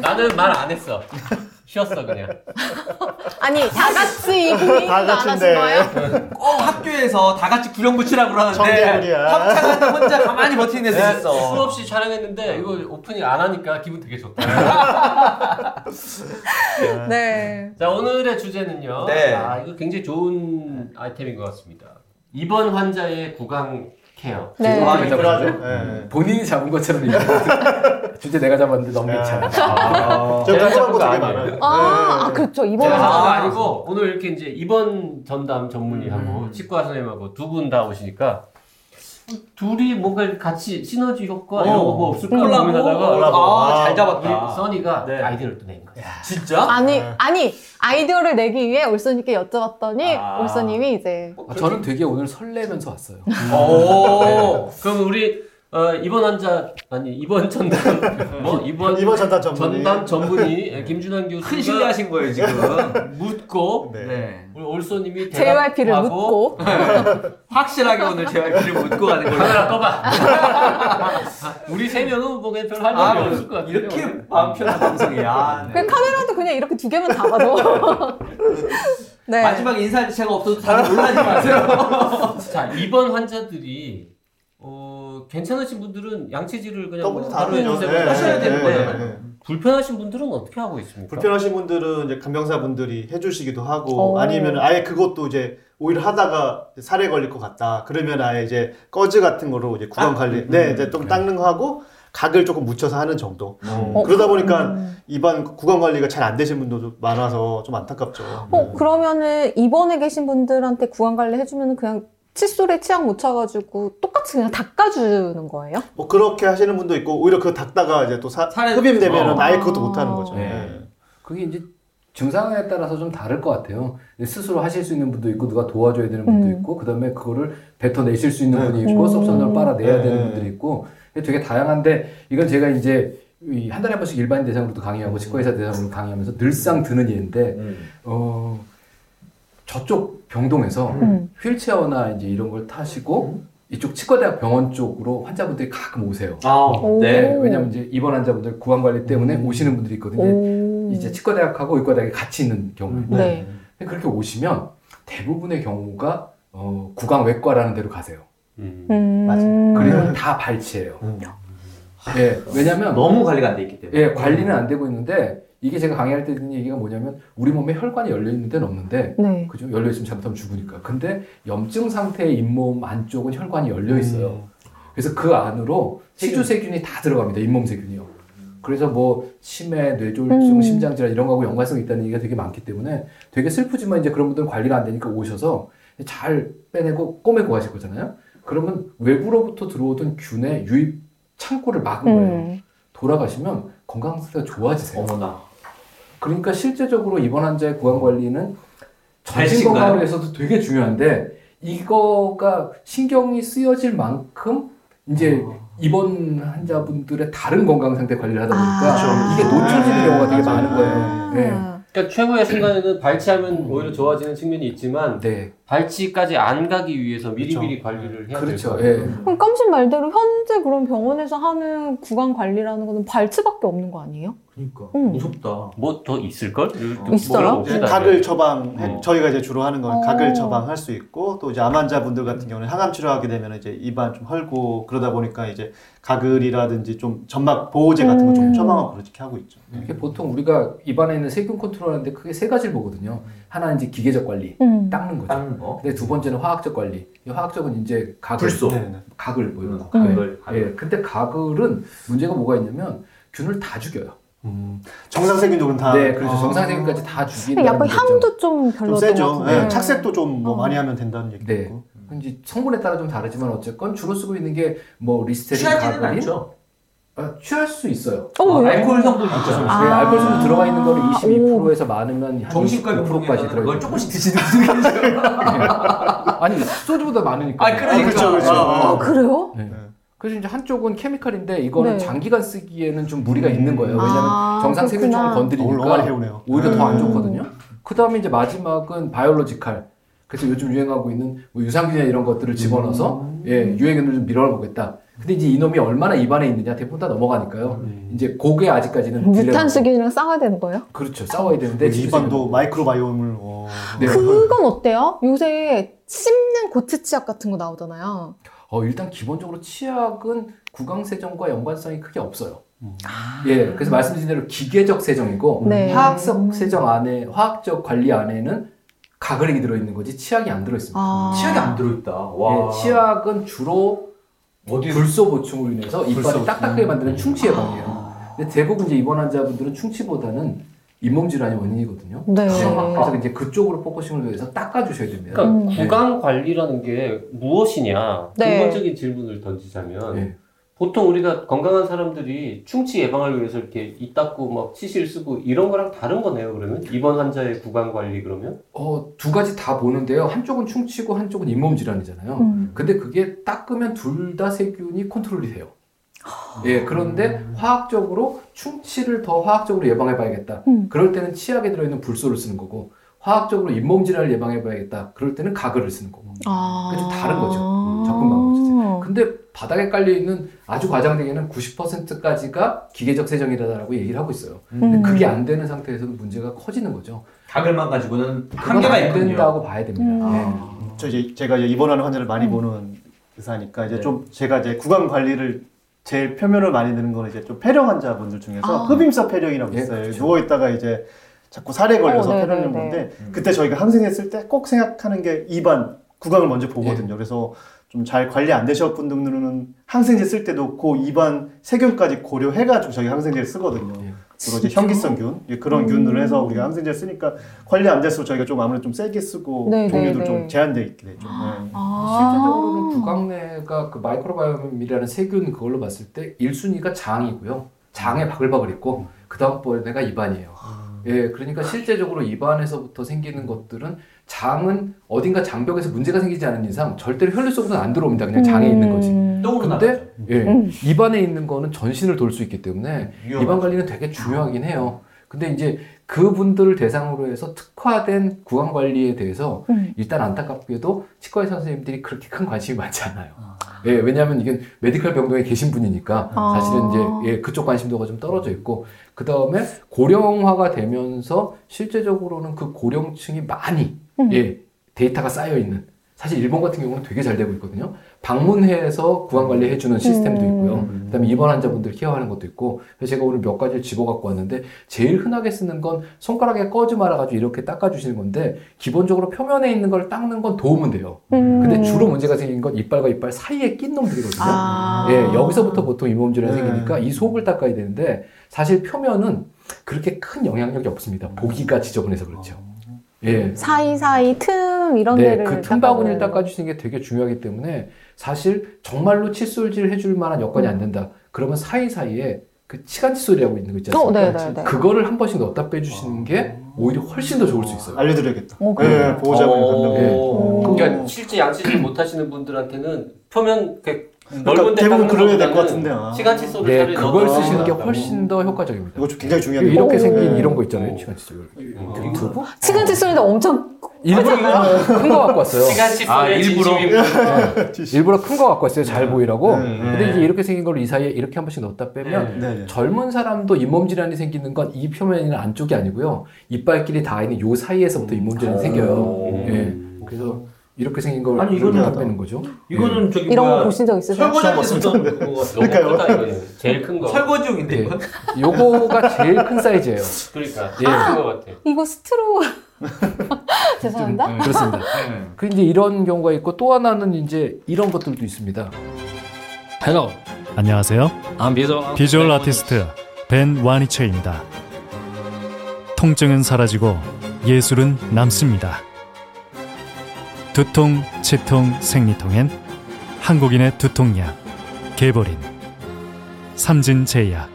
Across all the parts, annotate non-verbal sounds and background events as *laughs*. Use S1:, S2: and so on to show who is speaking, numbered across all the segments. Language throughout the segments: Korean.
S1: 나는 말 안 했어. 쉬었어 그냥.
S2: 아니 다 같이 이 고민도
S3: 다
S2: 안 하신
S3: 같은데.
S2: 거예요?
S4: 꼭 어, 학교에서 다 같이 구령 붙이라고 그러는데
S3: 정대구리야.
S4: 합창 혼자 가만히 버티는 애들 있어.
S1: 네, 수없이 촬영했는데 이거 오프닝 안 하니까 기분 되게 좋다.
S2: 네.
S1: 자 오늘의 주제는요.
S4: 네.
S1: 아 이거 굉장히 좋은 아이템인 것 같습니다. 입원 환자의 구강 케어.
S2: 네.
S5: 아,
S3: 이
S5: 진짜
S3: 프로 하죠.
S5: 그죠?
S3: 예.
S5: 본인이 잡은 것처럼 이거 *laughs* 주제 내가 잡았는데 너무 괜찮아.
S3: 저
S1: 어, 제가
S3: 궁금한 거
S1: 자꾸
S3: 되게
S1: 안 해요.
S3: 많아요. 네,
S2: 아, 아 그렇죠. 이번
S1: 제가
S4: 아.
S1: 아, 아니고 오늘 이렇게 이제 입원 전담 전문의하고 치과 선생님하고 두 분 다 오시니까 둘이 뭔가 이렇게 같이 시너지 효과 이런 거 뭐 없을까 고민하다가
S3: 콜라보.
S4: 아,
S3: 아,
S4: 잘
S1: 우리
S4: 잡았다.
S1: 써니가
S4: 네.
S1: 아이디어를 또 낸 거야.
S4: 진짜?
S2: 아니 아니 아이디어를 내기 위해 올소님께 여쭤봤더니
S4: 아.
S2: 올소님이 이제
S5: 아, 저는 되게 오늘 설레면서 왔어요.
S2: 아.
S4: 오.
S1: 그럼 우리 어, 입원 환자 아니
S3: *laughs*
S1: 입원 전담 뭐 입원
S3: 이번 전담 전문의 네.
S1: 전담 전문의 예, 김준환 교수가
S4: 큰 신뢰하신 거예요 지금.
S1: 묻고
S3: 네.
S4: 네.
S1: 우리 올소님이
S2: JYP를
S1: 대답하고
S2: 묻고 그
S4: 확실하게 오늘 제가 길을 묻고 가는 걸로.
S1: 카메라 꺼봐. 우리 세 명은 뭐 그냥 별로 할
S4: 아,
S1: 말이 없을 것 같아요.
S4: 이렇게 마음 편한 방송이야. 아, 네.
S2: 그 카메라도 그냥 이렇게 두 개만 잡아도 네.
S4: 마지막 인사할 제가 없어서 다들 놀라지
S2: *laughs*
S4: 마세요.
S1: 자, 입원 환자들이 어, 괜찮으신 분들은 양치질을 그냥 뭐
S3: 더분이
S1: 하루
S3: 다르죠.
S1: 두세
S3: 네,
S1: 번 하셔야
S3: 네,
S1: 되는
S3: 네,
S1: 거잖아요.
S3: 네.
S1: 불편하신 분들은 어떻게 하고 있습니까?
S3: 불편하신 분들은 이제 간병사분들이 해주시기도 하고
S1: 어.
S2: 오.
S3: 아니면 아예 그것도 이제 오히려 하다가 살에 걸릴 것 같다. 그러면 아예 이제 꺼즈 같은 거로 이제 구강
S1: 아,
S3: 관리,
S1: 음,
S3: 네, 이제
S5: 음.
S3: 좀 닦는 거 하고 각을 조금 묻혀서 하는 정도.
S1: 음.
S2: 어.
S3: 그러다 보니까 입안 구강 관리가 잘 안 되신 분들도 많아서 좀 안타깝죠.
S2: 어, 그러면은 입원해 계신 분들한테 구강 관리 해주면 그냥 칫솔에 치약 묻혀가지고 똑같이 그냥 닦아주는 거예요?
S3: 뭐 그렇게 하시는 분도 있고 오히려 그 닦다가 이제 또 사,
S4: 살에-
S3: 흡입되면
S4: 어.
S3: 아예 그것도 못 하는 거죠.
S5: 네.
S3: 네.
S2: 음.
S5: 그게 이제 증상에 따라서 좀 다를 것 같아요. 스스로 하실 수 있는 분도 있고 누가 도와줘야 되는 분도
S2: 음.
S5: 있고 그다음에 그거를 뱉어내실 수 있는
S3: 네.
S5: 분이 있고
S2: 음.
S5: 섭섭선을 빨아내야
S3: 네.
S5: 되는 분들이 있고 되게 다양한데 이건 제가 이제 이한 달에 한 번씩 일반 인 대상으로도
S3: 음.
S5: 강의하고 치과의사 대상으로 강의하면서 늘상 드는 예인데 어, 저쪽 병동에서
S2: 음.
S5: 휠체어나 이제 이런 걸 타시고 이쪽 치과대학 병원 쪽으로 환자분들이 가끔 오세요.
S4: 아,
S2: 오. 음.
S5: 네, 왜냐면 이제 입원 환자분들 구강 관리 때문에 오시는 분들이 있거든요.
S2: 오.
S5: 이제 치과대학하고 의과대학이 같이 있는 경우에
S2: 네.
S5: 근데 그렇게 오시면 대부분의 경우가 어, 구강 외과라는 데로 가세요.
S1: 음.
S2: 음.
S5: 그리고 다 발치예요. 예, 왜냐면
S4: 너무 관리가 안 돼 있기 때문에. 아,
S5: 예, 관리는 안 되고 있는데 이게 제가 강의할 때 드는 얘기가 뭐냐면 우리 몸에 혈관이 열려 있는 데는 없는데
S2: 네.
S5: 그죠? 열려 있으면 잘못하면 죽으니까. 근데 염증 상태의 잇몸 안쪽은 혈관이 열려 있어요. 그래서 그 안으로
S4: 음. 세균.
S5: 치주 세균이 다 들어갑니다. 잇몸 세균이요. 그래서 뭐 치매, 뇌졸중,
S2: 음.
S5: 심장질환 이런 거하고 연관성이 있다는 얘기가 되게 많기 때문에 되게 슬프지만 이제 그런 분들은 관리가 안 되니까 오셔서 잘 빼내고 꼬매고 가실 거잖아요. 그러면 외부로부터 들어오던 균의 유입 창구를 막은 거예요.
S2: 음.
S5: 돌아가시면 건강 상태가 좋아지세요.
S4: 어머나.
S5: 그러니까 실제적으로 입원 환자의 구강 관리는
S4: 발신가요?
S5: 전신 건강을 위해서도 되게 중요한데 이거가 신경이 쓰여질 만큼 이제
S3: 아.
S5: 입원 환자분들의 다른 건강 상태 관리를 하다 보니까
S2: 아.
S5: 그러니까 이게 노출되는 경우가 되게
S3: 그렇죠. 맞아요.
S5: 많은 거예요. 네.
S2: 아.
S1: 그러니까 최고의 순간에는 발치하면 오히려 좋아지는 측면이 있지만
S5: 네,
S1: 발치까지 안 가기 위해서 미리미리 관리를 해야 될것
S5: 그렇죠.
S1: 같아요.
S5: 예.
S2: 그럼 깜신 말대로 현재 그런 병원에서 하는 구강 관리라는 거는 발치밖에 없는 거 아니에요?
S4: 그러니까
S2: 음.
S4: 무섭다.
S1: 뭐 더 있을걸? 뭐
S2: 있어요?
S5: 음.
S3: 이제 각을 처방 해-
S1: 어.
S3: 저희가 이제 주로 하는 건
S2: 어.
S3: 각을 처방할 수 있고 또 이제 암 환자분들 같은 경우는 항암 치료하게 되면 이제 입안 좀 헐고 그러다 보니까 이제 가글이라든지 좀 점막 보호제 같은 거
S2: 음.
S3: 좀 처방하고 그렇게 하고 있죠. 네.
S5: 이게 보통 우리가 입안에 있는 세균 컨트롤하는데 크게 세 가지를 보거든요. 하나는 이제 기계적 관리,
S2: 음.
S5: 닦는 거죠.
S4: 닦는 거.
S5: 근데 두 번째는 화학적 관리. 이 화학적은 이제 각을,
S4: 불소.
S3: 네, 네.
S5: 각을 뭐 이런 거.
S2: 음.
S4: 가글.
S5: 예, 근데 가글은 문제가 뭐가 있냐면 균을 다 죽여요.
S3: 음. 정상 세균도 그럼 다.
S5: 네, 그렇죠.
S3: 아.
S5: 정상생까지 다
S2: 근데
S5: 죽이는.
S2: 약간 향도 좀
S3: 좀
S2: 별로였던 것
S5: 예,
S3: 세죠.
S2: 같은데.
S3: 네, 착색도 좀 뭐
S2: 어.
S3: 많이 하면 된다는 얘기고.
S5: 네. 이제 성분에 따라 좀 다르지만 어쨌건 주로 쓰고 있는 게 뭐 리스테린,
S4: 취하지는
S5: 가글린,
S4: 않죠.
S5: 아, 취할 수 있어요.
S2: 어, 왜?
S4: 알코올 성분이 있잖아요.
S2: 아.
S5: 네, 알코올 성분 들어가 있는 거를
S2: 오.
S5: 22%에서 많으면 한
S4: 정신과
S5: 25%까지
S4: 병동에다가
S5: 들어.
S4: 그걸 조금씩 드시는 분이죠.
S5: 아니 소주보다 많으니까.
S4: 아, 그러니까.
S3: 그렇죠, 그렇죠.
S4: 아,
S2: 어, 그래요?
S5: 네. 그래서 이제 한쪽은 케미칼인데 이거는
S2: 네.
S5: 장기간 쓰기에는 좀 무리가
S3: 음.
S5: 있는 거예요. 왜냐하면
S2: 아,
S5: 정상 세균총을
S2: 그렇구나.
S3: 오늘
S4: 어,
S3: 너무 많이
S5: 건드리니까
S3: 해오네요.
S5: 오히려 더
S2: 음.
S5: 안 좋거든요. 그 다음에 이제 마지막은 바이올로지칼. 그래서 요즘 유행하고 있는 뭐 유산균이나 이런 것들을 집어넣어서
S2: 음.
S5: 예, 유해균을 좀 밀어보겠다. 근데 이제 이놈이 얼마나 입안에 있느냐 대부분 다 넘어가니까요.
S3: 음.
S5: 이제 고게 아직까지는
S2: 무탄
S5: 딜레마고.
S2: 수균이랑 싸워야 되는 거예요?
S5: 그렇죠. 싸워야 되는데
S3: 입안도 네, 마이크로바이옴을 어.
S5: 네.
S2: 그건 어때요? 요새 씹는 고체 치약 같은 거 나오잖아요.
S5: 어, 일단 기본적으로 치약은 구강 세정과 연관성이 크게 없어요.
S3: 음.
S5: 예, 그래서 말씀드린 대로 기계적 세정이고
S2: 아. 네.
S5: 화학적 세정 안에 화학적 관리 안에는 가글이 들어 있는 거지 치약이 안 들어 있습니다.
S2: 아.
S4: 치약이 안 들어있다. 와.
S5: 예, 치약은 주로
S4: 어디
S5: 불소 보충으로 인해서
S4: 불소
S5: 이빨을 딱딱하게
S4: 보충. 아.
S5: 만드는 충치 예방이에요. 근데 대부분 이제 입원 환자분들은 충치보다는 잇몸 질환이 원인이거든요.
S2: 네.
S5: 그래서 이제 그쪽으로 포커싱을 해서 닦아 주셔야 됩니다.
S1: 그러니까
S2: 음.
S1: 구강 관리라는 게 무엇이냐
S2: 네.
S1: 근본적인 질문을 던지자면
S4: 그러니까
S5: 네.
S1: 보통 우리가 건강한 사람들이 충치 예방을 위해서 이렇게 이 닦고 막 치실 쓰고 이런 거랑 다른 거네요 그러면 입원 환자의 구강 관리 그러면
S5: 어, 두 가지 다 보는데요. 한쪽은 충치고 한쪽은 잇몸 질환이잖아요.
S2: 음.
S5: 근데 그게 닦으면 둘 다 세균이 컨트롤이 돼요.
S2: 아.
S5: 예, 그런데 화학적으로 충치를 더 화학적으로 예방해봐야겠다.
S2: 음.
S5: 그럴 때는 치약에 들어있는 불소를 쓰는 거고, 화학적으로 잇몸 질환을 예방해봐야겠다. 그럴 때는 가글을 쓰는 거고.
S2: 아.
S5: 그게 좀 다른 거죠. 음, 접근 방법이죠. 근데 바닥에 깔려있는 아주 과장되게는 90%까지가 기계적 세정이다라고 얘기를 하고 있어요. 근데
S2: 음.
S5: 그게 안 되는 상태에서는 문제가 커지는 거죠.
S4: 닭을만 가지고는
S5: 그건
S4: 한계가
S5: 안
S4: 있거든요. 네. 아.
S5: 된다고 봐야 됩니다.
S2: 음.
S5: 예.
S3: 저 이제 제가 이제 입원하는 환자를 많이 보는 의사니까 이제 좀 제가 이제 구강 관리를 제일 표면을 많이 드는 거는 이제 좀 폐렴 환자분들 중에서
S2: 아.
S3: 흡입성 폐렴이라고
S5: 예,
S3: 있어요.
S5: 그렇죠.
S3: 누워 있다가 이제 자꾸 살에 걸려서
S2: 어, 네,
S3: 폐렴을
S2: 네, 네.
S3: 보는데 그때 저희가 항생했을 때 꼭 생각하는 게 입안 구강을 먼저 보거든요. 그래서 좀 잘 관리 안 되셨 분들은 항생제 쓸 때도 그 입안 세균까지 고려해가지고 저희 항생제를 쓰거든요.
S5: 예.
S3: 주로 이제 현기성균 예, 그런 균으로 해서 우리가 항생제를 쓰니까 관리 안 됐으면 저희가 좀 아무래도 좀 세게 쓰고
S2: 네,
S3: 종류도
S2: 네, 네.
S3: 좀 제한돼 있게 되죠. 네.
S5: 뭐 아.
S2: 아.
S5: 실제적으로는 구강내가 그 마이크로바이옴이라는 세균 그걸로 봤을 때 1순위가 장이고요. 장에 바글바글 있고 그 다음 번에가 입안이에요. 예, 그러니까 실제적으로 입안에서부터 생기는 것들은 장은 어딘가 장벽에서 문제가 생기지 않은 이상 절대로 혈류성분은 안 들어옵니다. 그냥 네, 장에 있는 거지.
S4: 똥으로
S5: 근데-
S4: 나가죠.
S5: 예,
S2: 음.
S5: 입안에 있는 거는 전신을 돌 수 있기 때문에 입안
S4: 위험하죠.
S5: 관리는 되게 중요하긴 해요. 근데 이제 그분들을 대상으로 해서 특화된 구강 관리에 대해서
S2: 음.
S5: 일단 안타깝게도 치과 의사 선생님들이 그렇게 큰 관심이 많지 않아요. 예, 왜냐하면 이게 메디컬 병동에 계신 분이니까
S2: 아.
S5: 사실은 이제 예, 그쪽 관심도가 좀 떨어져 있고 그 다음에 고령화가 되면서 실제적으로는 그 고령층이 많이
S2: 음.
S5: 예, 데이터가 쌓여 있는 사실 일본 같은 경우는 되게 잘 되고 있거든요. 방문해서 구강 관리 해주는 시스템도 있고요.
S3: 음.
S5: 그다음에 입원 환자분들 케어하는 것도 있고 그래서 제가 오늘 몇 가지를 집어 갖고 왔는데 제일 흔하게 쓰는 건 손가락에 꺼지 말아가지고 이렇게 닦아주시는 건데 기본적으로 표면에 있는 걸 닦는 건 도움은 돼요.
S2: 음.
S5: 근데 주로 문제가 생긴 건 이빨과 이빨 사이에 낀 놈들이거든요.
S2: 아.
S5: 예, 여기서부터 보통 잇몸질환이
S3: 네.
S5: 생기니까 이 속을 닦아야 되는데 사실 표면은 그렇게 큰 영향력이 없습니다. 보기가 지저분해서 그렇죠. 예.
S2: 사이사이 틈 이런
S5: 네,
S2: 데를
S5: 그
S2: 닦아주는.
S5: 틈바구니를 닦아주시는 게 되게 중요하기 때문에 사실 정말로 칫솔질 해줄 만한
S2: 음.
S5: 여건이 안 된다. 그러면 사이사이에 그 치간칫솔이라고 있는 거 있지
S2: 어,
S5: 않습니까?
S2: 네, 네, 네.
S5: 그거를 한 번씩 넣다
S1: 아.
S5: 빼주시는 게 오히려 훨씬 더 좋을 수 있어요.
S3: 알려드려야겠다.
S2: 어,
S3: 예,
S2: 그래요?
S3: 보호자분 감독님.
S5: 예.
S1: 오.
S2: 음.
S1: 그러니까 실제 양치질 못하시는 분들한테는 표면 이렇게 넓은
S3: 그러니까
S1: 데
S3: 대부분
S1: 닦는
S3: 그래야 될 것
S1: 것보다는
S3: 같은데. 아.
S1: 시간 칫솔을
S5: 네,
S1: 차라리
S5: 그걸
S1: 넣어서
S5: 쓰시는 게
S1: 낫다고.
S5: 훨씬 더 효과적입니다.
S3: 이거 굉장히 중요한데.
S5: 이렇게
S2: 오.
S5: 생긴
S3: 네.
S5: 이런 거 있잖아요.
S1: 오.
S5: 치간칫솔.
S1: 어.
S5: 두부?
S2: 치근치 소리도 엄청
S5: 일부러
S1: 아,
S5: 큰 거 갖고 왔어요.
S1: 시간 칫솔의
S4: 아, 일부러?
S1: 진심인 분.
S5: 네. 일부러 큰 거 갖고 왔어요.
S1: 음.
S5: 잘 보이라고.
S3: 네, 네.
S5: 근데 이제 이렇게 생긴 걸 이 사이에 이렇게 한 번씩 넣었다 빼면
S3: 네, 네.
S5: 젊은 사람도 잇몸 질환이 생기는 건 이 표면이나 안쪽이 아니고요. 이빨끼리 닿아 있는 요 사이에서부터 잇몸 질환이 생겨요.
S4: 아. 오.
S5: 예. 그래서 이렇게 생긴 걸
S4: 아니, 이거는
S5: 다 빼는 거죠. 예.
S4: 이거는 저기
S2: 이런 거
S4: 뭐야.
S2: 보신 적 있으세요?
S4: 설거지하면서 좀 그거
S1: 너무
S3: 그러니까요.
S1: 크다 이거 제일 큰 거.
S4: 설거지용인데
S5: 네.
S4: 이건?
S5: 요거가 제일
S4: *laughs*
S5: 큰 사이즈예요.
S1: 그러니까
S5: 예.
S1: 제일 큰거 같아.
S2: 이거 스트로 *laughs* 죄송합니다.
S4: 네.
S5: 그렇습니다. 그 이제 이런 경우가 있고 또 하나는 이제 이런 것들도 있습니다.
S6: 헬로
S7: 안녕하세요. *laughs* 비주얼 아티스트 벤 와니체입니다. 통증은 사라지고 예술은 남습니다. 두통, 치통, 생리통엔 한국인의 두통약 개보린 삼진제약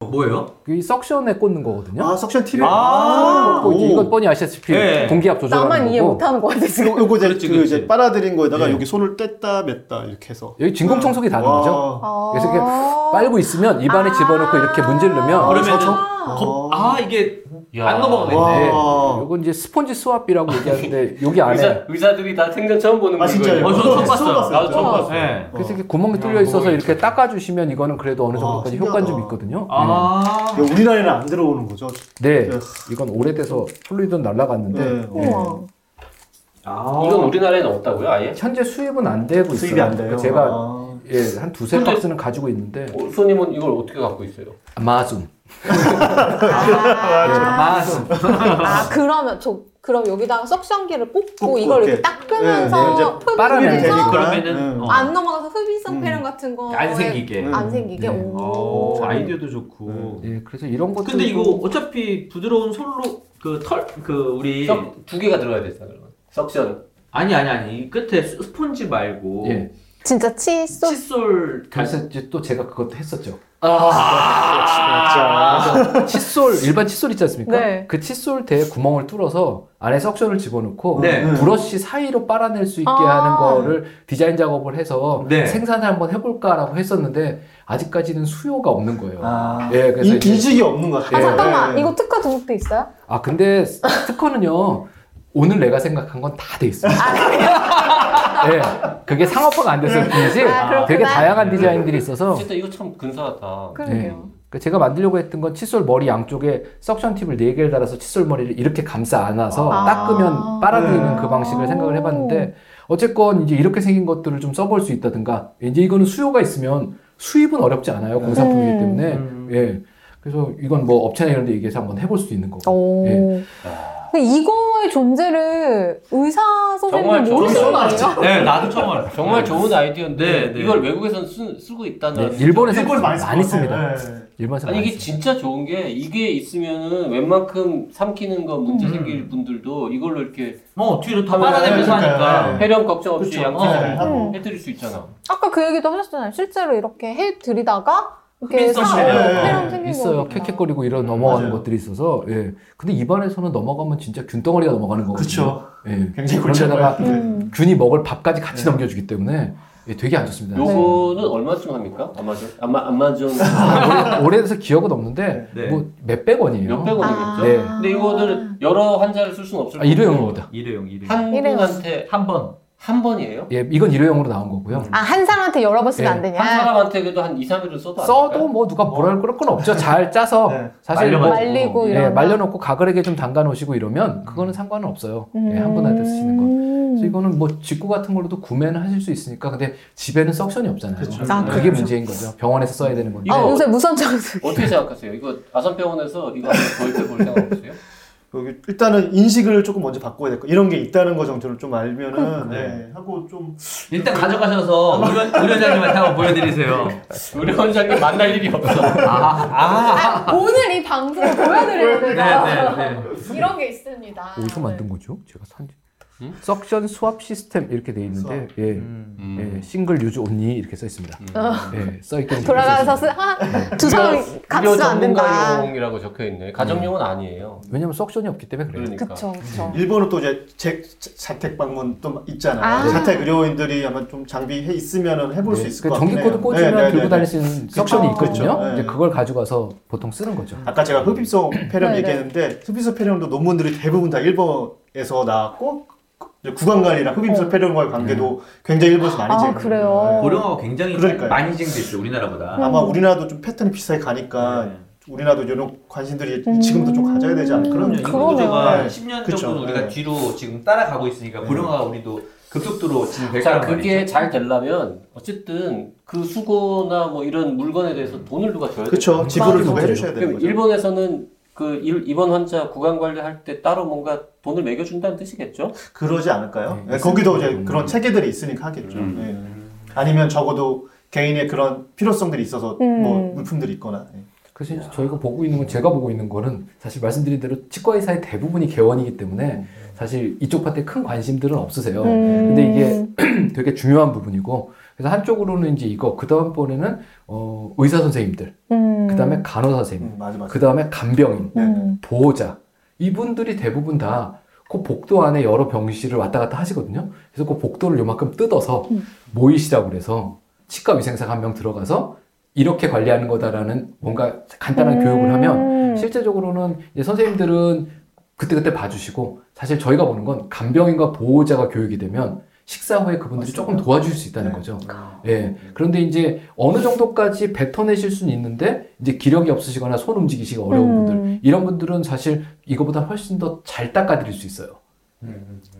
S4: 어, 뭐예요?
S5: 이그 석션에 꽂는 거거든요.
S3: 아 석션 TV.
S4: 아,
S5: 꽂고 이제 이건 뻔히 아시다시피
S4: 예.
S5: 공기압 조절하는
S2: 나만 이해
S5: 거고
S2: 못하는 거 같아 지금.
S3: 요, 요거 이제
S4: 그렇지,
S3: 그
S4: 그렇지.
S3: 이제 빨아들인 거에다가
S5: 예.
S3: 여기 손을 뗐다 맸다 이렇게 해서.
S5: 여기 진공청소기 다는
S3: 와.
S5: 거죠. 그래서 이렇게
S2: 아.
S5: 빨고 있으면 입안에 집어넣고 이렇게 문지르면
S3: 그러면은-
S5: 저- 저-
S4: 겁- 아 이게 안
S3: 와.
S4: 넘어가겠네.
S3: 아.
S5: 요건 이제 스폰지 수압비라고 얘기하는데 여기 안에
S1: 의사, 의사들이 다 생전 처음 보는
S3: 아, 진짜요?
S1: 어, 저 처음 봤어요.
S3: 처음 봤어요.
S1: 나도 처음
S2: 어.
S1: 봤어요.
S4: 네.
S5: 그래서 이렇게 구멍이 뚫려 있어서 이렇게 닦아주시면 이거는 그래도 어느 정도까지
S3: 아, 신기하다.
S5: 효과는 좀 있거든요. 음.
S4: 아.
S3: 야, 우리나라에는 안 들어오는 거죠.
S5: 네,
S3: 네.
S5: 이건 오래돼서 플루이드는 날라갔는데
S3: 네.
S5: 예.
S2: 우와.
S4: 어.
S1: 이건 우리나라에는 없다고요, 아예?
S5: 현재 수입은 안 되고 있어요.
S3: 수입이 안 돼요.
S5: 그러니까 제가
S3: 아.
S5: 예, 한 두세
S1: 근데-
S5: 박스는 가지고 있는데
S1: 어, 손님은 이걸 어떻게 갖고 있어요?
S5: 마줌
S2: 네.
S5: 아.
S4: 맞아.
S2: 아 그러면 저 그럼 여기다가 석션기를 꽂고
S3: 꽂고
S2: 이걸 이렇게
S3: 이렇게. 네, 네, 이제
S2: 닦으면서
S5: 빨아내야
S3: 그래도 되니까.
S2: 흡입해서
S4: 그러면은,
S3: 네.
S4: 어.
S2: 안 넘어가서 흡입성
S3: 음.
S2: 폐렴 같은 거
S4: 안 생기게.
S2: 안 생기게.
S5: 네.
S2: 오.
S4: 오, 아이디어도 좋고.
S5: 예, 그래서 이런 것들
S4: 근데 이거 어차피 부드러운 솔로 그 털 그 우리
S1: 석, 두 개가 들어가야 되잖아, 그러면. 석션.
S4: 아니 아니 아니 이 끝에 스- 스폰지 말고
S5: 예. 아,
S2: 진짜 칫솔
S4: 칫솔
S5: 그래서 이제 또 제가 그것도 했었죠.
S3: 아.
S5: 칫솔 일반 칫솔 있지 않습니까?
S2: 네.
S5: 그 칫솔 대에 구멍을 뚫어서 안에 석션을 집어넣고
S4: 네.
S5: 브러쉬 사이로 빨아낼 수 있게
S2: 아.
S5: 하는 거를 디자인 작업을 해서
S4: 네.
S5: 생산을 한번 해볼까라고 했었는데 아직까지는 수요가 없는 거예요.
S3: 아.
S5: 예, 그래서
S3: 이
S5: 이제-
S3: 기직이 없는 것 같아요.
S2: 아 잠깐만
S3: 예.
S2: 이거 특허 등록돼 있어요?
S5: 아 근데 스티커는요 오늘 내가 생각한 건 다 돼 있어요.
S2: 아,
S5: 예, 그게 상업화가 안 됐을 뿐이지
S2: 아, 그렇구나.
S5: 되게 다양한 디자인들이 있어서
S1: 진짜 이거 참 근사하다.
S2: 그러게요.
S5: 그 제가 만들려고 했던 건 칫솔 머리 양쪽에 석션 팁을 4개를 달아서 칫솔 머리를 이렇게 감싸 안아서
S2: 아.
S5: 닦으면 빨아들이는
S3: 네.
S5: 그 방식을 생각을 해봤는데 어쨌건 이제 이렇게 생긴 것들을 좀 써볼 수 있다든가 이제 이거는 수요가 있으면 수입은 어렵지 않아요 공산품이기
S2: 음.
S5: 때문에
S4: 음.
S5: 예 그래서 이건 뭐 업체나 이런 데 얘기해서 한번 해볼 수 있는 거고
S2: 오.
S5: 예.
S2: 근데 이거의 존재를 의사
S1: 정말
S2: 선생님은 모르시는
S1: 저는
S2: 거 아니에요?
S4: 네 나도 처음 알아.
S1: 정말 좋은 아이디어인데
S4: 네, 네.
S1: 이걸 외국에선 쓰, 쓰고 있다는
S5: 네, 일본에서
S3: 일본에서 많이,
S5: 많이
S3: 쓰는 것
S5: 씁니다
S3: 같아요. 예.
S5: 일본에서
S1: 아니
S5: 많이
S1: 이게
S5: 씁니다
S1: 진짜 좋은 게 이게 있으면은 웬만큼 삼키는 거 문제
S4: 음.
S1: 생길 분들도 이걸로 이렇게
S4: 어 뒤로 다
S1: 하면
S4: 빨아내면서
S3: 네,
S4: 하니까 어.
S3: 네.
S1: 해렴 걱정 없이
S4: 그렇죠.
S1: 양치
S3: 네.
S1: 좀
S2: 음.
S1: 해드릴 수 있잖아.
S2: 아까 그 얘기도 하셨잖아요. 실제로 이렇게 해드리다가 이렇게
S4: 흡입성
S2: 사-
S3: 폐렴.
S2: 어, 폐렴
S3: 네.
S2: 생긴
S5: 있어요
S2: 거구나.
S5: 캑캑거리고 이런 넘어가는
S3: 맞아요.
S5: 것들이 있어서 예 근데 입안에서는 넘어가면 진짜 균덩어리가 넘어가는 거거든요
S3: 그쵸.
S5: 예
S3: 굉장히
S5: 그런데다가
S3: 네.
S2: 음.
S5: 균이 먹을 밥까지 같이 넘겨주기 때문에 예, 되게 안 좋습니다.
S1: 요거는 얼마쯤 합니까? 아마존? 아마, 아마존
S5: 아, 오래, 오래돼서 기억은 없는데
S4: 네.
S5: 뭐 몇백 원이에요.
S1: 몇백
S2: 아.
S1: 원이겠죠?
S5: 네.
S1: 근데 이거는 여러 환자를 쓸 수는 없을
S5: 아,
S1: 거고
S5: 일회용입니다.
S4: 일회용 일회용
S1: 한
S2: 일회용.
S1: 분한테
S4: 한번
S1: 한 번이에요?
S5: 예, 이건 일회용으로 나온 거고요.
S2: 아, 한 사람한테 여러 번 쓰면
S5: 예.
S2: 안 되냐?
S1: 한 사람한테 그래도 한 2, 3일은 써도 안
S5: 써도
S1: 될까요?
S5: 뭐 누가 뭐라 할 그런 건 없죠. 잘 짜서
S3: 네.
S5: 사실
S4: 말려가지고.
S5: 뭐
S2: 말리고
S5: 예,
S2: 이런.
S5: 말려놓고 가글에게 좀 담가 놓으시고 이러면 그거는 상관은 없어요.
S2: 음.
S5: 예, 한 분한테 쓰시는 건. 그래서 이거는 뭐 직구 같은 걸로도 구매는 하실 수 있으니까 근데 집에는 석션이 없잖아요.
S3: 그쵸.
S2: 아,
S5: 게
S2: 그렇죠.
S5: 문제인 거죠. 병원에서 써야 되는 건데.
S2: 아,
S1: 이거-
S2: 요새 무선 청소기.
S1: 어떻게 생각하세요? 이거 아산병원에서 이거 한번 도입해 볼 생각 없으세요?
S3: 여기 일단은 인식을 조금 먼저 바꿔야 될 거. 이런 게 있다는 거 정도를 좀
S2: 그러니까.
S3: 알면은
S4: 네.
S3: 네, 하고 좀
S4: 일단 가져가셔서 의료, 의료자님한테 한번 보여드리세요.
S1: *laughs* 의료원장님 만날 일이
S2: *laughs*
S1: 없어.
S4: 아아
S2: 아, 오늘 이 방송을 보여드리려고
S4: 네네네.
S2: 이런 게 있습니다. 네.
S5: 어디서 만든 거죠? 제가 산지. 석션 수압 시스템 이렇게 돼 있는데 예.
S3: 음.
S5: 예, 싱글 유즈 온니 이렇게 써 있습니다. 예, 써 있게
S2: 돌아가서 쓰, 하, 주사위 같이 쓰면 안 된다.
S1: 전문가용이라고 적혀 있네. 가정용은 아니에요.
S5: 왜냐면 석션이 없기 때문에 그래요.
S1: 그러니까.
S2: 그쵸, 그쵸.
S3: 일본은 또 이제 재- 자- 자택 방문 또 있잖아요.
S2: 아.
S3: 자택 의료인들이 아마 좀 장비해 있으면은 해볼 수 있을
S5: 그
S3: 것 같아요. 네,
S5: 전기코드 꽂으면 들고 다닐 수 있는 석션이
S2: 어.
S5: 있거든요.
S3: 그렇죠.
S5: 이제
S3: 네.
S5: 그걸 가져가서 보통 쓰는 거죠.
S3: 아까 제가 흡입성
S5: 음.
S3: 폐렴
S2: 네, 네.
S3: 얘기했는데 흡입성 폐렴도 논문들이 대부분 다 일본에서 나왔고 이제 구강관리랑 흡입성 폐렴과의 관계도
S5: 네.
S3: 굉장히 일본에서 많이
S2: 어. 아,
S3: 제기해요.
S2: 그래요.
S4: 고령하고 굉장히
S3: 그러니까요.
S4: 많이 진행돼 있어 우리나라보다.
S2: 음.
S3: 아마 우리나라도 좀 패턴이 비슷하게 가니까
S4: 네.
S3: 우리나라도 이런 관심들이 지금부터 좀 가져야 되지 않을까.
S4: 그럼요.
S2: 음. 그러네요.
S4: 이거 구조가
S3: 네.
S4: 10년
S3: 그쵸.
S4: 정도 우리가
S3: 네.
S4: 뒤로 지금 따라가고 있으니까
S5: 네.
S4: 고령화 우리도 급속도로 진행될
S1: 자,
S4: 거란
S1: 그게
S4: 말이죠.
S1: 잘 되려면 어쨌든 그 수고나 뭐 이런 물건에 대해서 돈을 누가 줘야 돼요.
S3: 그렇죠. 지불을 누가
S5: 그렇죠.
S3: 해주셔야 되는
S1: 그럼
S3: 거죠.
S1: 일본에서는 그 일- 입원 환자 구강 관리할 때 따로 뭔가 돈을 매겨준다는 뜻이겠죠?
S3: 그러지 않을까요?
S5: 네,
S3: 네, 거기도 이제
S5: 음.
S3: 그런 체계들이 있으니까 하겠죠. 네. 아니면 적어도 개인의 그런 필요성들이 있어서
S2: 음.
S3: 뭐 물품들이 있거나. 네.
S5: 그래서 이제 저희가 보고 있는 건 제가 보고 있는 거는 사실 말씀드린 대로 치과 의사의 대부분이 개원이기
S3: 음.
S5: 때문에 사실 이쪽 파트에 큰 관심들은 없으세요.
S2: 음.
S5: 근데 이게 되게 중요한 부분이고 그래서 한쪽으로는 이제 이거, 그 다음번에는 어, 의사 선생님들,
S2: 음.
S5: 그 다음에 간호사 선생님,
S3: 음, 맞아 맞아.
S5: 그 다음에 간병인,
S2: 음.
S5: 보호자 이분들이 대부분 다 그 복도 안에 여러 병실을 왔다 갔다 하시거든요. 그래서 그 복도를 요만큼 뜯어서
S2: 음.
S5: 모이시라고 그래서 치과 위생사 한 명 들어가서 이렇게 관리하는 거다라는 뭔가 간단한 교육을 하면
S2: 음.
S5: 실제적으로는 이제 선생님들은 그때그때 봐주시고 사실 저희가 보는 건 간병인과 보호자가 교육이 되면 식사 후에 그분들이 조금 도와줄 수 있다는
S3: 네.
S5: 거죠. 예. 그런데 이제 어느 정도까지 뱉어내실 수는 있는데 이제 기력이 없으시거나 손 움직이시기 어려운
S2: 음.
S5: 분들 이런 분들은 사실 이거보다 훨씬 더 잘 닦아드릴 수 있어요.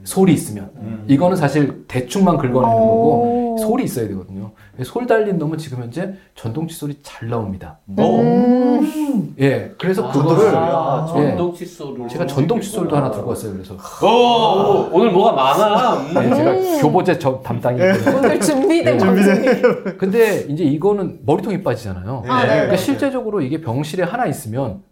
S5: 솔이 있으면
S3: 음.
S5: 이거는 사실 대충만 긁어내는 거고
S2: 오.
S5: 솔이 있어야 되거든요. 예, 솔 달린 놈은 지금 현재 전동 칫솔이 잘 나옵니다.
S2: 음.
S5: 예. 그래서
S1: 아,
S5: 뭐? 그거를
S3: 아,
S5: 예.
S1: 전동 칫솔을
S5: 제가 전동 칫솔도 하나 들고 왔어요. 그래서
S1: 오, 오늘 뭐가 많아. 음.
S5: 네, 제가 교보제 저
S3: 네.
S5: 담당이거든요.
S2: 오늘
S3: 그렇죠.
S2: 준비된
S5: 예.
S2: 방송이
S5: 근데 이제 이거는 머리통이 빠지잖아요.
S3: 네.
S2: 아, 네.
S5: 그러니까 실제적으로 이게 병실에 하나 있으면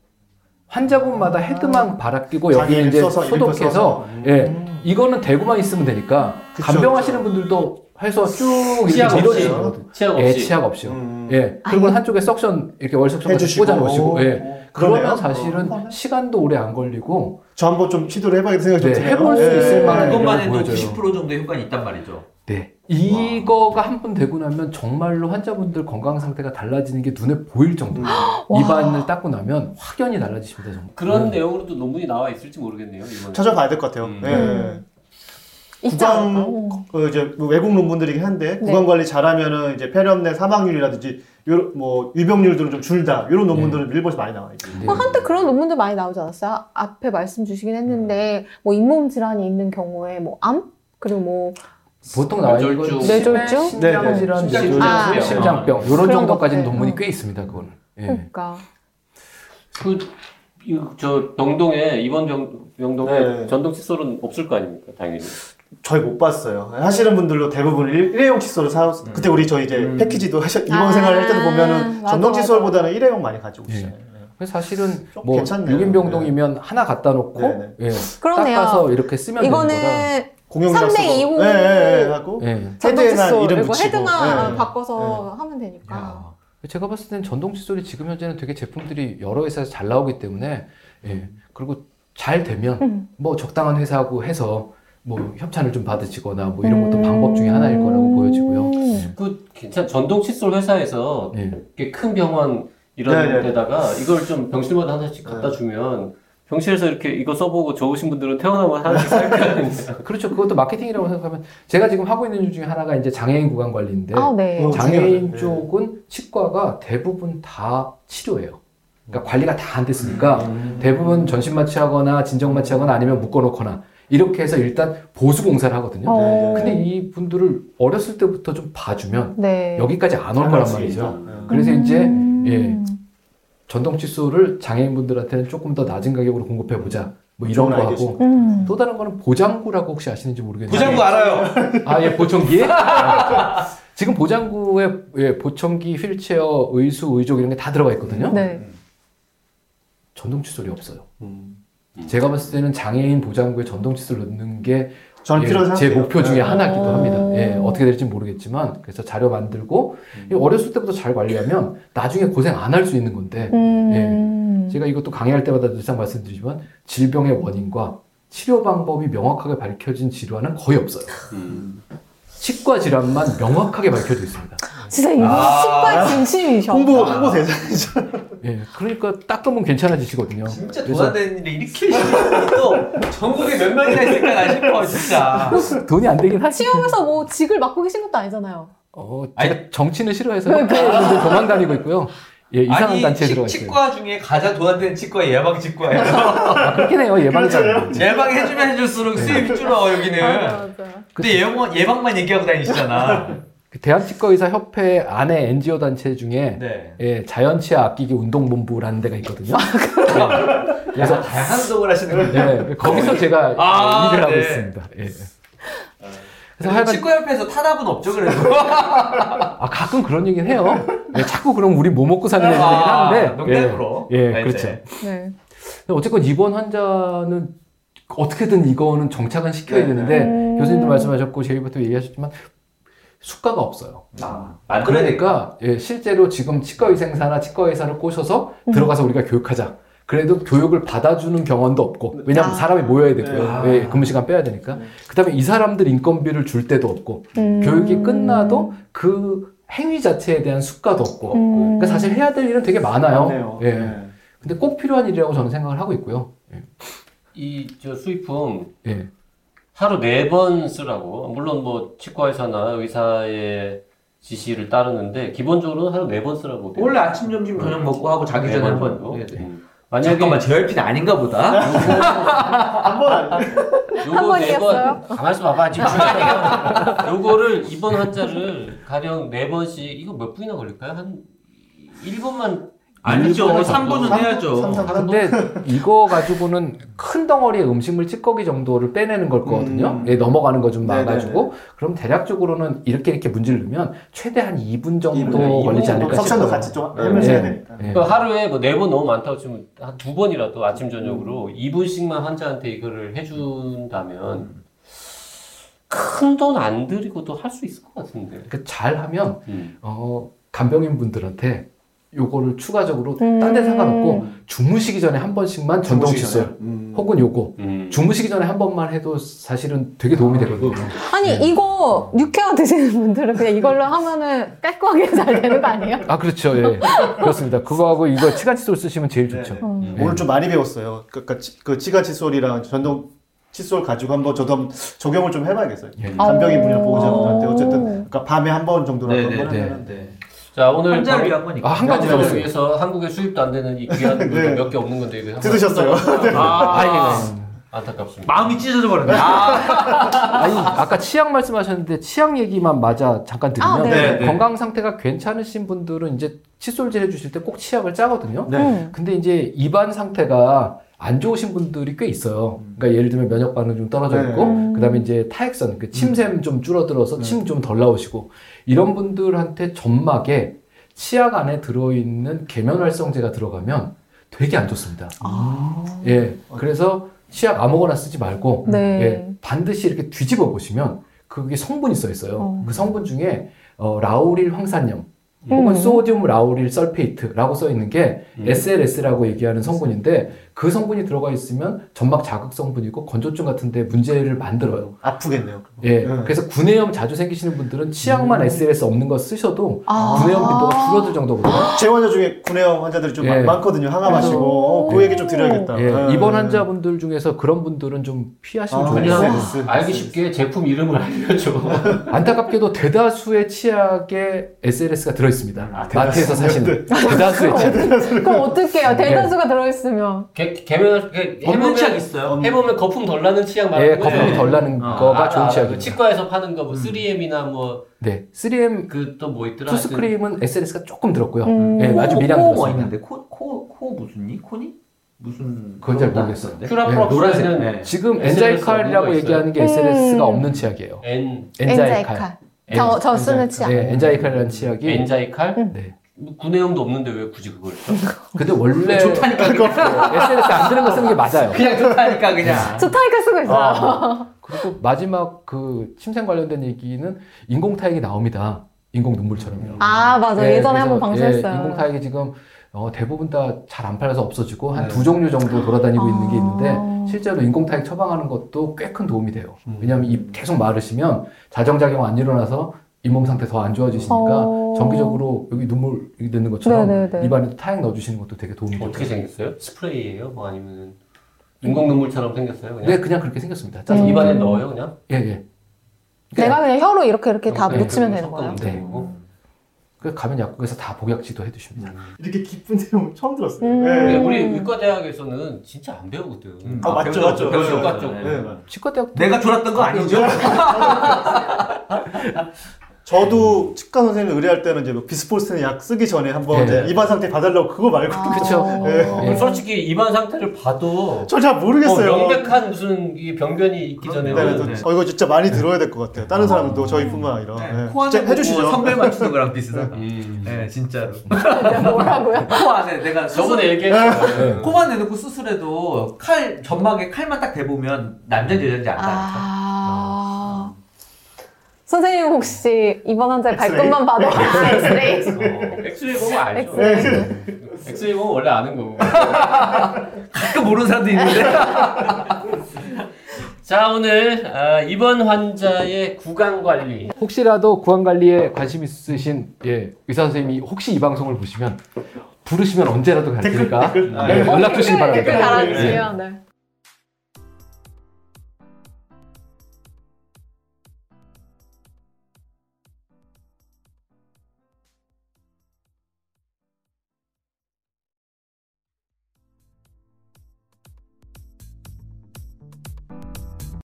S5: 환자분마다 헤드만 바라 끼고 여기
S3: 자기
S5: 이제
S3: 써서, 일부
S5: 소독해서
S3: 써서. 음.
S5: 예 이거는 대구만 있으면 되니까
S3: 그쵸,
S5: 간병하시는 분들도 해서 쭉
S1: 치약
S5: 이렇게
S1: 없이.
S5: 밀어주시는 거거든요.
S1: 치약
S5: 예,
S1: 없이.
S5: 치약 없이요.
S3: 음.
S5: 예 그리고 한쪽에 석션 이렇게 월석션 같이
S3: 해주시고.
S5: 꽂아 놓으시고 예
S3: 오, 그러네요.
S5: 그러면 사실은
S3: 어,
S5: 시간도 오래 안 걸리고
S3: 저 한번 좀 시도를 해봐야겠다 생각이
S5: 네,
S3: 좀 드네요.
S5: 해볼 수
S3: 예.
S5: 있을 만한
S4: 그것만 해도
S5: 보여줘요.
S4: 90% 정도의 효과는 있단 말이죠.
S5: 네 이거가 한 번 되고 나면 정말로 환자분들 건강 상태가 달라지는 게 눈에 보일 정도로 입안을 닦고 나면 확연히 달라지십니다 정말.
S1: 그런
S5: 네.
S1: 내용으로 또 논문이 나와 있을지 모르겠네요. 이번에.
S3: 찾아봐야 될 것 같아요.
S1: 음.
S4: 네.
S3: 예.
S2: 있지
S3: 구강-
S2: 않을까?
S3: 그 이제 뭐 외국 논문들이긴 한데 구강 관리 잘하면은 이제 폐렴내 사망률이라든지 요런 뭐 유병률들은 좀 줄다 이런 논문들은 일본에서 많이 나와 있죠.
S5: 네.
S2: 뭐 한때 그런 논문들 많이 나오지 않았어요? 아, 앞에 말씀 주시긴
S5: 음.
S2: 했는데 뭐 잇몸 질환이 있는 경우에 뭐 암 그리고 뭐
S5: 보통 나와 있는 건
S1: 뇌졸중.
S2: 뇌졸중?
S3: 네, 네.
S5: 심장질환,
S1: 심장-
S5: 뇌졸중,
S2: 아.
S5: 심장병 이런
S2: 그런
S5: 정도까지는
S2: 것들.
S5: 논문이
S2: 어.
S5: 꽤 있습니다. 그거는. 예.
S2: 그러니까
S1: 그, 그저 병동에 이번 병, 병동에
S3: 네.
S1: 전동 칫솔은 없을 거 아닙니까? 당연히.
S3: 저희 못 봤어요. 하시는 분들로 대부분 일, 일회용 칫솔을 사. 그때 우리 저 이제 패키지도 하셨 이번
S2: 아,
S3: 생활을 할 때도 보면은
S2: 맞아,
S3: 전동
S2: 맞아.
S3: 칫솔보다는 일회용 많이 가지고
S5: 예.
S3: 있어요.
S5: 그래서 사실은
S3: 좀
S5: 뭐
S3: 괜찮네요.
S5: 6인 병동이면 하나 갖다 놓고
S3: 네,
S5: 예.
S2: 그러네요.
S5: 닦아서 이렇게 쓰면 되는
S2: 이거는
S3: 공용이라서.
S2: 3대 2호.
S3: 예, 예, 예, 하고
S5: 거라. 예.
S3: 헤드에나
S2: 전동 칫솔,
S3: 이름
S2: 그리고
S3: 붙이고.
S2: 헤드나
S3: 예.
S2: 바꿔서 하면 되니까
S5: 네. 야, 제가 봤을 땐 전동 칫솔이 지금 현재는 되게 제품들이 여러 회사에서 잘 나오기 때문에 예. 그리고 잘 되면
S2: 음.
S5: 뭐 적당한 회사하고 해서 뭐 협찬을 좀 받으시거나 뭐 이런 것도
S2: 음.
S5: 방법 중에 하나일 거라고 보여지고요. 예.
S1: 그 괜찮 전동 칫솔 회사에서
S5: 예.
S1: 이렇게 큰 병원 이런
S3: 네, 네.
S1: 데다가 이걸 좀 병실마다 하나씩 갖다 주면 병실에서 이렇게 이거 써보고 좋으신 분들은 태어나면 하나씩 살거 아닙니까?
S5: 그렇죠. 그것도 마케팅이라고 생각하면 제가 지금 하고 있는 일 중에 하나가 이제 장애인 구강 관리인데
S2: 아, 네.
S3: 어,
S5: 장애인
S3: 네.
S5: 쪽은 치과가 대부분 다 치료예요.
S2: 음.
S5: 그러니까 관리가 다 안 됐으니까 대부분 전신 마취하거나 진정 마취하거나 아니면 묶어놓거나 이렇게 해서 일단 보수 공사를 하거든요.
S2: 어.
S5: 근데 이 분들을 어렸을 때부터 좀 봐주면
S2: 네.
S5: 네. 여기까지 안 올 거란 말이죠.
S3: 예.
S5: 그래서 이제
S2: 음.
S5: 예. 전동 칫솔을 장애인분들한테는 조금 더 낮은 가격으로 공급해 보자. 뭐 이런
S3: 좋은
S5: 거 하고
S3: 아이디어십니다.
S2: 음.
S5: 또 다른 거는 보장구라고 혹시 아시는지 모르겠는데 네.
S4: 부장부 알아요.
S5: 아, 예, 보청기? 아, 지금 보장구에 예, 보청기, 휠체어, 의수, 의족 이런 게 다 들어가 있거든요.
S2: 네.
S5: 전동 칫솔이 없어요.
S3: 음.
S5: 제가 봤을 때는 장애인 보장구에 전동 칫솔 넣는 게 제
S3: 저는 필요한 생각이에요.
S5: 목표 중에
S3: 예.
S5: 하나이기도
S2: 어.
S5: 합니다. 예, 어떻게 될지 모르겠지만 그래서 자료 만들고 이 어렸을 때부터 잘 관리하면 나중에 고생 안 할 수 있는 건데
S2: 음.
S5: 제가 이것도 강의할 때마다 늘상 말씀드리지만 질병의 원인과 치료 방법이 명확하게 밝혀진 질환은 거의 없어요. 치과 질환만 명확하게 밝혀져 있습니다.
S2: 진짜 이거
S4: 아.
S2: 치과 진심이셔.
S3: 홍보 홍보 대상이죠.
S5: 예, 그러니까 닦으면 괜찮아지시거든요.
S4: 진짜 돈
S5: 그래서
S4: 안 되는 일에 이렇게 열심히 또 전국에 몇 명이나 있을까 나 싶어 진짜.
S5: 돈이 안 되긴 하지.
S2: 시험에서 뭐 직을 맡고 계신 것도 아니잖아요.
S5: 어, 제가 정치는 싫어해서 협회분들 도망 다니고 있고요. 예, 이상한 단체에
S4: 치-
S5: 들어가 있어요.
S4: 치과 중에 가장 돈 안 되는 치과 예방 치과예요. *laughs*
S5: 아, 그렇긴 해요. 예방장.
S4: 예방 해주면 해줄수록
S5: 네.
S4: 수입이 줄어 여기는.
S2: 맞아.
S4: 근데 예방 예방만 얘기하고 다니시잖아.
S5: 그 대한치과의사 협회 안에 NGO 단체 중에
S4: 네. 아,
S5: 예, 자연치아 아끼기 운동본부라는 데가 있거든요. 예, 그래서
S4: 다양한 운동을 하시는 군요
S5: 예, 거기서 제가
S4: 아,
S5: 일을 하고
S4: 네. 아,
S5: 있습니다. 예. 그래서 하여간
S4: 치과 옆에서 탄압은 없죠 그래도.
S5: 아, 가끔 그런 얘기는 해요. 예, 자꾸 그럼 우리 뭐 먹고 사는 얘기긴
S4: 아,
S5: *laughs* 하는데
S4: 농담으로.
S5: 예, 예
S4: 네,
S5: 그렇죠.
S4: 네.
S2: 네.
S5: 근데 어쨌건 입원 환자는 어떻게든 이거는 정착은 시켜야
S3: 네,
S5: 되는데
S2: 네.
S5: 교수님도 말씀하셨고 제이부터 얘기하셨지만 수가가 없어요.
S4: 아,
S5: 그러니까 예, 실제로 지금 치과의생사나 치과의사를 꼬셔서
S2: 음.
S5: 들어가서 우리가 교육하자. 그래도 교육을 받아주는 경원도 없고 왜냐하면
S3: 아.
S5: 사람이 모여야 되고요.
S4: 네.
S5: 예, 근무 시간 빼야 되니까. 그다음에 이 사람들 인건비를 줄 데도 없고
S2: 음.
S5: 교육이 끝나도 그 행위 자체에 대한 수가도 없고.
S2: 음.
S5: 그러니까 사실 해야 될 일은 되게 많아요.
S3: 많네요.
S5: 예.
S3: 네.
S5: 근데 꼭 필요한 일이라고 저는 생각을 하고 있고요.
S1: 이 저 수입품
S5: 예.
S1: 하루 네 번 쓰라고 물론 뭐 치과의사나 의사의 지시를 따르는데 기본적으로는 하루 네 번 쓰라고 돼요.
S4: 원래 아침, 점심, 저녁 먹고 하고 자기
S1: 네
S4: 전에
S1: 번
S4: 한 번. 네.
S1: 정도.
S4: 해야 돼.
S1: 음. 만약에
S4: 잠깐만 JRP는 아닌가 보다.
S3: 한번 아니
S2: 한
S1: 요거 네
S2: 번이었어요?
S1: 번 가만있어 봐봐 지금 *laughs* 요거를 이번 환자를 가령 네 번씩 이거 몇 분이나 걸릴까요? 한 1분만
S4: 아니죠.
S1: 일분에
S4: 3분은
S1: 정도.
S4: 해야죠.
S3: 삼삼.
S5: 아, 근데
S3: *laughs*
S5: 이거 가지고는 큰 덩어리의 음식물 찌꺼기 정도를 빼내는 걸 거거든요.
S3: 음.
S5: 예, 넘어가는 거 좀
S3: 네네네.
S5: 막아주고. 그럼 대략적으로는 이렇게 이렇게 문지르면 최대 한 2분 정도
S1: 이분,
S5: 걸리지
S1: 이분 정도
S5: 않을까 싶어요.
S3: 석션도 같이 좀 하면서
S5: 네.
S3: 해야 되니까.
S5: 예.
S1: 그러니까 하루에 뭐 네 번 너무 많다고 치면 한 두 번이라도 아침 저녁으로
S5: 음.
S1: 2분씩만 환자한테 이거를
S5: 음.
S1: 해준다면 큰 돈 안 들이고도 할 수 있을 것 같은데.
S5: 그러니까 잘하면
S1: 음.
S5: 어, 간병인 분들한테 요거를 추가적으로
S2: 음.
S5: 딴 데 상관없고 주무시기 전에 한 번씩만 전동 칫솔
S3: 음.
S5: 혹은 요거
S1: 음.
S5: 주무시기 전에 한 번만 해도 사실은 되게 도움이 되거든요.
S2: 아니
S5: 네.
S2: 이거 6회원 드시는 분들은 그냥 이걸로 하면은 깔끔하게 잘 되는 거 아니에요?
S5: 아 그렇죠. 예. 그렇습니다. 그거하고 이거 치간 칫솔 쓰시면 제일 좋죠.
S3: 네.
S2: 음.
S5: 예.
S3: 오늘 좀 많이 배웠어요. 그, 그, 치- 그 치가 칫솔이랑 전동 칫솔 가지고 한번 저도 한번 적용을 좀 해봐야겠어요.
S5: 예.
S3: 간병인 분이나
S2: 어.
S3: 보호자분한테 어쨌든 그러니까 밤에 한 번 정도라도 한번
S5: 네,
S3: 하면
S1: 자 오늘
S4: 환자를
S1: 바로-
S4: 위한 거니까.
S5: 아, 한 가지 더
S1: 환자를
S5: 있어요.
S1: 위해서 한국에 수입도 안 되는 이 귀한
S3: 네.
S1: 몇 개 없는 건데 이거 한번
S3: 뜯으셨어요?
S5: 네.
S1: 써봤어요.
S4: 아,
S1: 안타깝습니다.
S4: 마음이 찢어져 버렸네. 아,
S5: 아니 아까 치약 말씀하셨는데 치약 얘기만 맞아 잠깐 드리면
S2: 아, 네.
S4: 네, 네.
S5: 건강 상태가 괜찮으신 분들은 이제 칫솔질 해주실 때 꼭 치약을 짜거든요.
S2: 음.
S5: 근데 이제 입안 상태가 안 좋으신 분들이 꽤 있어요. 그러니까 예를 들면 면역 반응 좀 떨어져
S3: 네.
S5: 있고,
S2: 음.
S5: 그다음에 이제 타액선, 그 침샘 좀 줄어들어서 침 좀 덜 나오시고 이런 분들한테 점막에 치약 안에 들어있는 계면활성제가 들어가면 되게 안 좋습니다. 예, 그래서 치약 아무거나 쓰지 말고
S2: 네.
S5: 예, 반드시 이렇게 뒤집어 보시면 그게 성분이 써 있어요.
S2: 어.
S5: 그 성분 중에 어, 라우릴 황산염
S4: 음.
S5: 혹은
S2: 음.
S5: 소디움 라우릴 설페이트라고 써 있는 게
S1: 음.
S5: SLS라고 얘기하는 성분인데 그 성분이 들어가 있으면 점막 자극 성분이고 건조증 같은데 문제를 만들어요.
S3: *laughs* 아프겠네요. 그거.
S5: 예,
S3: 네.
S5: 그래서 구내염 자주 생기시는 분들은 치약만 SLS 없는 거 쓰셔도
S2: 아.
S5: 구내염 빈도가 줄어들 정도거든요.
S3: 제 환자 중에 구내염 환자들이 좀
S5: 예.
S3: 많- 많거든요. 항암
S5: 그래서-
S3: 마시고 어, 그
S5: 예.
S3: 얘기 좀 드려야겠다.
S5: 예,
S3: 네.
S5: 입원 환자분들 중에서 그런 분들은 좀 피하시면
S3: 아,
S5: 좋을 것
S1: 그냥
S5: 같아요.
S3: SNS.
S1: 알기 쉽게 제품 이름을
S5: *laughs*
S1: 알려줘.
S5: 안타깝게도 대다수의 치약에 SLS가 들어있습니다. 마트에서 사시는 대다수의 치약.
S2: 그럼 어떡해요? 대다수가 들어있으면.
S1: 개- 개면
S4: 없는
S1: 해보면
S4: 치약 있어요.
S1: 해보면 거품 덜 나는 치약
S5: 예,
S1: 말하는 거예요.
S5: 거품이 덜 나는
S4: 아,
S5: 거가
S1: 아,
S5: 좋은 음.
S1: 아, 그
S5: 치약입니다.
S1: 치과에서 파는 거 뭐 3M이나
S5: 네, 3M
S1: 뭐 그 또 뭐 있더라. 하여튼
S5: 투스크림은 SLS가 조금 들었고요.
S2: 음.
S5: 예, 아주 미량
S4: 코뭐
S5: 들었습니다.
S4: 있는데 코 코 코 무슨니 코니 무슨
S5: 그건 잘
S4: 그런
S5: 모르겠어요.
S4: 거
S1: 큐라프로
S5: 예,
S4: 노란색.
S1: 노란색은
S4: 네.
S5: 지금
S1: SLS
S5: 엔자이칼이라고
S1: 없는 거
S5: 얘기하는 게
S2: 있어요?
S5: SLS가
S2: 음.
S5: 없는 치약이에요.
S1: N
S5: 엔자이칼.
S2: 저, 저 쓰는 치약.
S5: 네, 엔자이칼이라는 치약이.
S2: 예.
S4: 음.
S1: 엔자이칼.
S5: 네.
S1: 뭐 구내염도 없는데 왜 굳이 그걸? 써?
S5: 근데 원래
S4: *laughs* 좋다니까 그냥
S5: SLS 안 드는 거 쓰는 게 맞아요.
S4: 그냥 좋다니까 그냥.
S5: 아,
S2: 저 타이거 쓰고 있어요.
S5: 그리고 마지막 그 침생 관련된 얘기는 인공 타액이 나옵니다. 인공 눈물처럼요.
S2: 아, 맞아.
S5: 예,
S2: 예전에
S5: 그래서,
S2: 한번 방송했어요.
S5: 예, 인공 타액이 지금 어, 대부분 다 잘 안 팔려서 없어지고
S1: 네.
S5: 한 두 종류 정도 돌아다니고
S2: 아.
S5: 있는 게 있는데 실제로 인공 타액 처방하는 것도 꽤 큰 도움이 돼요.
S1: 음.
S5: 왜냐하면 입 계속 마르시면 자정작용 안 일어나서 잇몸 상태 더 안 좋아지시니까
S2: 어.
S5: 정기적으로 여기 눈물 이렇게 넣는 것처럼
S2: 네네네.
S5: 입안에 타액 넣어주시는 것도 되게 도움이
S2: 예.
S5: 돼요.
S1: 어떻게 생겼어요? 스프레이예요? 뭐 아니면 인공 눈물처럼 생겼어요? 그냥
S5: 네, 그냥 그렇게 생겼습니다. 짜서
S1: 그냥
S2: 음.
S1: 입안에 넣어요 그냥?
S5: 예, 예.
S2: 내가 그냥 혀로 이렇게 이렇게 다
S1: 네,
S2: 묻히면
S1: 그리고
S2: 되는 거예요.
S1: 섞으면 되는 거고.
S5: 그 가면 약국에서 다 복약지도 해주십니다.
S3: 이렇게 깊은 *laughs* 내용 처음 들었어요.
S2: 음.
S1: 근데
S3: 예.
S2: 네.
S1: 우리 의과대학에서는 진짜 안 배우거든.
S4: 음.
S3: 아, 맞죠, 맞죠.
S1: 배우죠,
S4: 맞죠.
S1: 맞죠.
S4: 네.
S3: 예, 맞아요.
S5: 치과대학
S4: 내가 졸았던 거 아니죠?
S3: 저도 치과 선생님 의뢰할 때는 이제 뭐 비스포스는 약 쓰기 전에 한번
S5: 예.
S3: 이제 입안 상태 봐달라고 그거 말고
S5: 아,
S3: *laughs*
S5: 그쵸.
S3: 예.
S2: 네.
S5: 예.
S1: 아, 솔직히 입안 상태를 봐도
S3: 저잘 모르겠어요.
S1: 어, 명백한 무슨 이 병변이 있기
S3: 네,
S1: 전에는
S3: 그래서
S4: 네.
S3: 어, 이거 진짜 많이 들어야 될 것 같아요. 다른 사람도 저희뿐만 아니라 예.
S4: 코 안에 뭐
S3: 진짜 해주시죠.
S4: 선별 맞추는
S3: *laughs*
S4: 거랑 비슷하다.
S1: 음.
S4: 네 진짜로.
S2: 뭐라고요?
S4: 코 안에 내가
S1: 저번에
S4: 수술-
S1: 얘기했어요.
S2: 네.
S4: 코만 내놓고 수술해도 칼 점막에 칼만 딱 대보면 남자인지 여자인지 안다.
S2: 아. 선생님 혹시 입원 환자의
S3: 엑스레이?
S2: 발끝만 봐도 아, 엑스레이.
S1: 어, 엑스레이 보면 알죠.
S3: 엑스레이.
S1: 엑스레이 보면 원래 아는
S4: *laughs*
S1: 거고.
S4: 가끔 모르는 사람도 있는데.
S1: *laughs* 자 오늘 아, 입원 환자의 구강 관리.
S5: 혹시라도 구강 관리에 관심 있으신 예, 의사 선생님이 혹시 이 방송을 보시면 부르시면 언제라도 가르치니까 예, 연락 주시기
S2: 댓글
S5: 바랍니다.
S2: 달아주세요. 네.